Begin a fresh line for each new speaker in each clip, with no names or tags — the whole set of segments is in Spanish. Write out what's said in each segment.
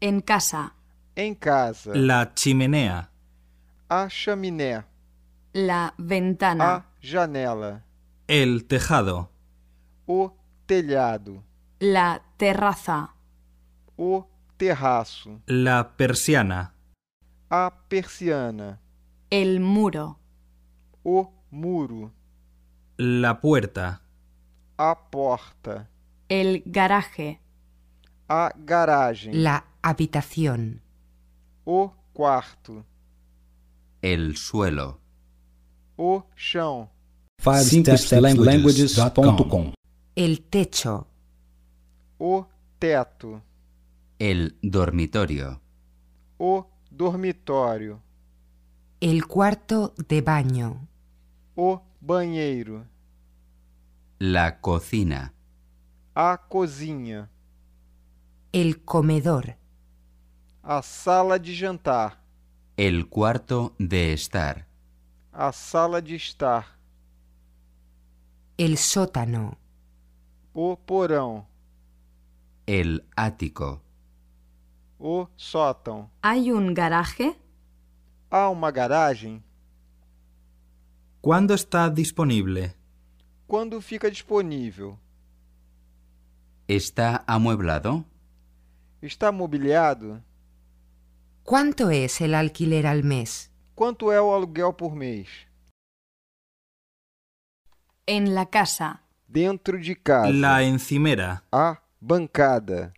En casa.
Em casa.
la chimenea,
A chaminé.
La ventana.
A janela.
el tejado,
O telhado.
La terraza.
O terraço.
la persiana,
A persiana.
El muro.
O muro.
la puerta,
A porta.
El garaje.
A garagem.
la habitación,
O quarto.
el suelo.
O chão.
5stepslanguages.com
el techo,
O teto.
El dormitorio.
O dormitório.
el cuarto de baño,
O banheiro.
La cocina.
A cozinha.
el comedor,
A sala de jantar.
El cuarto de estar.
A sala de estar.
el sótano,
O porão.
El ático.
O sótão.
¿Hay un garaje?
Há uma garagem?
¿Cuándo está disponible?
Quando fica disponível?
¿Está amueblado?
Está mobiliado?
¿Cuánto es el alquiler al mes?
Quanto é o aluguel por mês?
En la casa.
Dentro de casa.
La encimera,
A bancada.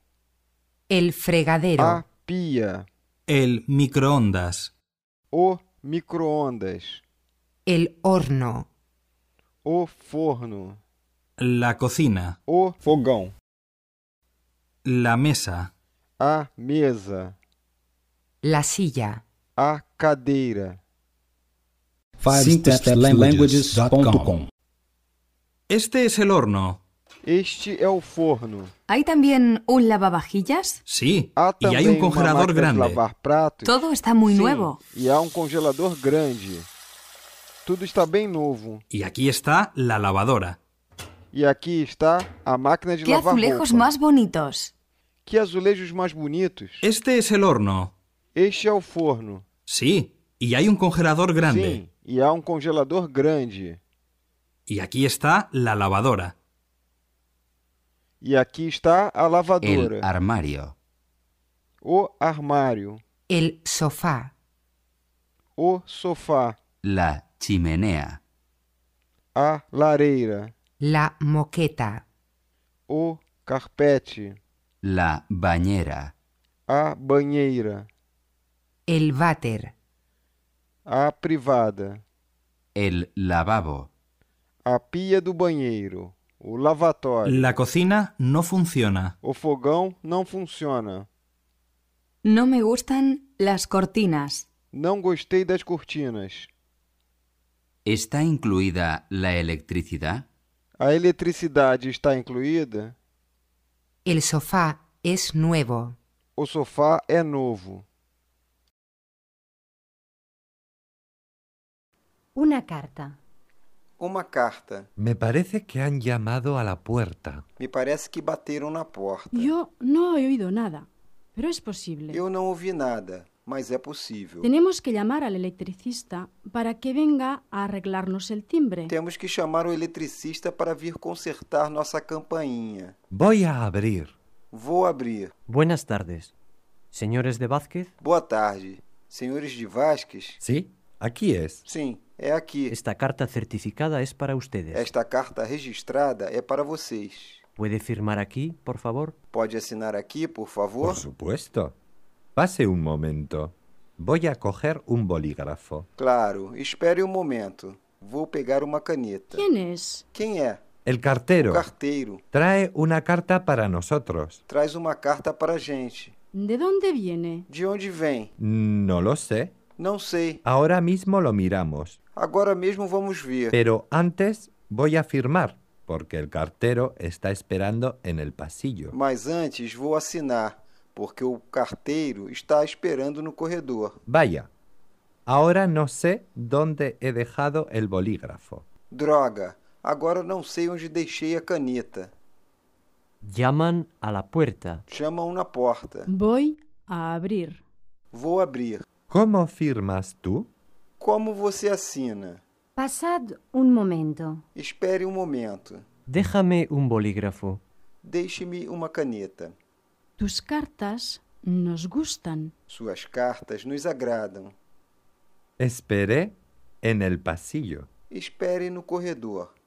El
A Ah.
fregadero,
pia.
el microondas,
O micro-ondas.
el horno,
O forno.
la cocina,
O fogão.
la mesa,
A mesa.
la silla,
A cadeira.
5stepslanguages.com
Este es el horno.
Este é o forno.
¿Hay también un lavavajillas?
Sí,
Há
y
também
hay un
uma máquina
congelador
de
um grande.
lavar pratos.
Todo está muy
Sim,
nuevo.
E há um congelador grande. Tudo está bem novo.
Y aquí está la lavadora.
E aqui está a máquina de
¡Qué
lavar
azulejos
roupa.
más bonitos!
Que azulejos mais bonitos.
Este es el horno.
Este é o forno.
Sí, y hay un congelador grande.
Sim, e há um congelador grande.
Y aquí está la lavadora.
E aqui está a lavadora.
El armario.
O armário.
el sofá,
O sofá.
La chimenea.
A lareira.
la moqueta,
O carpete.
La bañera.
A banheira.
el váter,
A privada.
El lavabo.
A pia do banheiro. O lavatório.
La cocina no funciona.
O fogão não funciona.
No me gustan las cortinas.
Não gostei das cortinas.
¿Está incluida la electricidad?
A eletricidade está incluída?
el sofá es nuevo.
O sofá é novo.
Una carta.
Uma carta.
Me parece que han llamado a la puerta.
Me parece que bateram na porta.
Yo no he oído nada, pero es posible.
Eu não ouvi nada, mas é possível.
Tenemos que llamar al electricista para que venga a arreglarnos el timbre.
Temos que chamar o eletricista para vir consertar nossa campainha.
Voy a abrir.
Vou abrir.
Buenas tardes. Señores de Vázquez,
Boa tarde. Senhores de Vasques?
¿Sí? Aquí es.
Sim, é aqui.
esta carta certificada es para ustedes.
Esta carta registrada é para vocês.
¿Puede firmar aquí, por favor?
Pode assinar aqui, por favor?
Por supuesto. Pase un momento. Voy a coger un bolígrafo.
Claro, espere um momento. Vou pegar uma caneta.
¿Quién es?
Quem é?
El
O
cartero
carteiro.
trae una carta para nosotros.
Traz uma carta para a gente.
¿De dónde viene?
De onde vem?
No lo sé.
Não sei.
Ahora mismo lo miramos.
Agora mesmo vamos ver.
Pero antes voy a firmar, porque el cartero está esperando en el pasillo.
Mas antes vou assinar, porque o carteiro está esperando no corredor.
Vaya. Ahora no sé dónde he dejado el bolígrafo.
Droga, agora não sei onde deixei a caneta.
Llaman a la puerta.
Chamam na porta.
Voy
A abrir.
Vou abrir.
¿Cómo firmas tú?
Como você assina?
Passad un momento.
Espere um momento.
Déjame un bolígrafo.
Deixe-me uma caneta.
Tus cartas nos gustan.
Suas cartas nos agradam.
Esperé en el pasillo.
Espere no corredor.